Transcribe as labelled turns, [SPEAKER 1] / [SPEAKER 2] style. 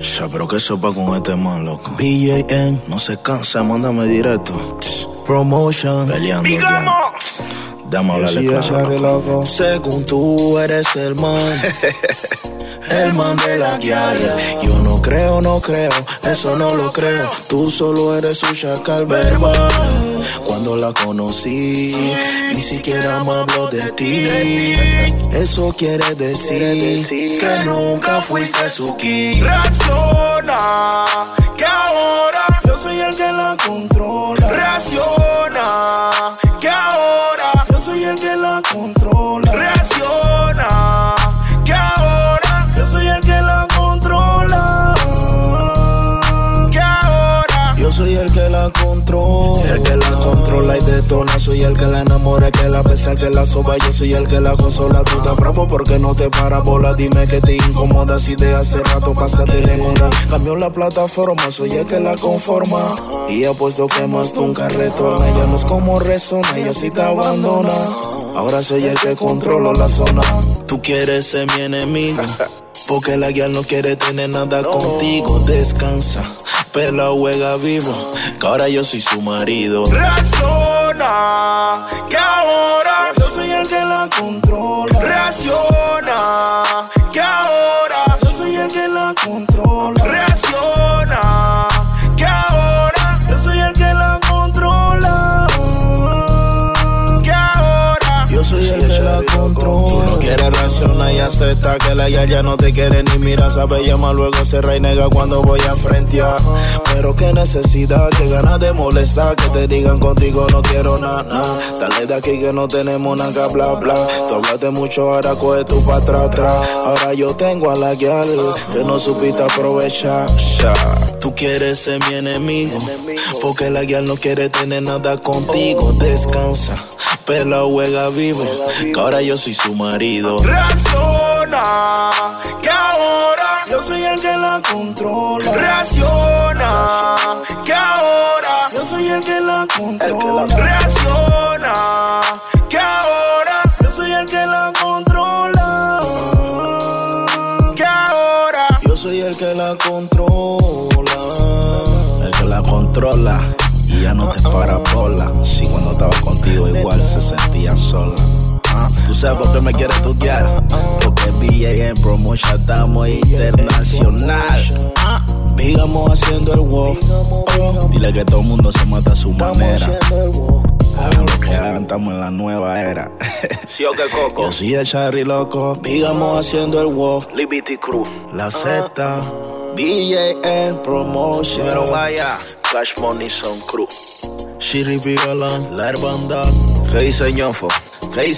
[SPEAKER 1] Se pero que sopa con este man, loco. BJN, no se cansa, mándame directo. Tss, Promotion, peleando ya. Tss, Dame hablarle claro, loco. Según tú eres el man. El man de la guiala. Yo no creo, no creo, eso no lo creo. Tú solo eres un chacal verbal. Cuando la conocí, ni siquiera me habló de ti. Eso quiere decir que nunca fuiste su king.
[SPEAKER 2] Razona, que ahora
[SPEAKER 1] Yo soy el que la controla.
[SPEAKER 2] raciona, que ahora
[SPEAKER 1] Yo soy el que la controla.
[SPEAKER 2] raciona, que ahora,
[SPEAKER 1] Yo soy el que la controla.
[SPEAKER 2] que ahora,
[SPEAKER 1] Yo soy el que la controla. El que la controla y detona. Soy el que la enamora, el que la pesa, el que la soba. Yo soy el que la consola. Tú te bravo porque no te para bola. Dime que te incomoda. Si de hace rato pasaste de una. Cambió la plataforma, soy el que la conforma. Y apuesto que más nunca retorna. Ya no es como resona, ella sí te abandona. Ahora soy el que controlo la zona. Tú quieres ser mi enemigo. Porque la guía no quiere tener nada contigo. Descansa, pela juega vivo. Que ahora yo soy su marido.
[SPEAKER 2] razona, que ahora,
[SPEAKER 1] Yo soy el que la controla.
[SPEAKER 2] raciona, que ahora,
[SPEAKER 1] Yo soy el que la controla.
[SPEAKER 2] raciona, que ahora,
[SPEAKER 1] Yo soy el que la controla.
[SPEAKER 2] que ahora,
[SPEAKER 1] Yo soy el que la controla. Tú no quieres racionar y acepta que la yaya no te quiere ni mira. Sabe llama, luego se y nega cuando voy a frentear. Pero qué necesidad, qué ganas de molestar. Que te digan contigo no quiero nada. Na. Dale de aquí que no tenemos nada que bla bla. Tú hablaste mucho, ahora coge tú pa' atrás, atrás. Ahora yo tengo a la guial que no supiste aprovechar. Ya. Tú quieres ser mi enemigo, porque la guial no quiere tener nada contigo. Descansa, pela juega vivo, que ahora yo soy su marido.
[SPEAKER 2] razona, que ahora,
[SPEAKER 1] Yo soy el que la controla.
[SPEAKER 2] raciona, que ahora,
[SPEAKER 1] Yo soy el que la controla.
[SPEAKER 2] Reacciona, que ahora,
[SPEAKER 1] Yo soy el que la controla.
[SPEAKER 2] que ahora,
[SPEAKER 1] Yo soy el que la controla. El que la controla. Y ya no te para bola. Si cuando estaba contigo igual se sentía sola. Ah, Tú sabes por qué me quieres estudiar. Porque DJ en promotion estamos internacional. Ah, Digamos haciendo el wow. Oh, Dile que todo el mundo se mata a su manera. Hagan lo que hagan, estamos en la nueva era.
[SPEAKER 3] Sí, ok, Coco.
[SPEAKER 1] Yo soy el charri loco. Digamos haciendo el wow.
[SPEAKER 3] Liberty Crew.
[SPEAKER 1] La Z, DJ en promotion.
[SPEAKER 3] Pero vaya. Cash Money Son Crew.
[SPEAKER 1] Shiri Viola, la hermandad.
[SPEAKER 3] ¿Qué dice Ñonfo? ¿Qué dice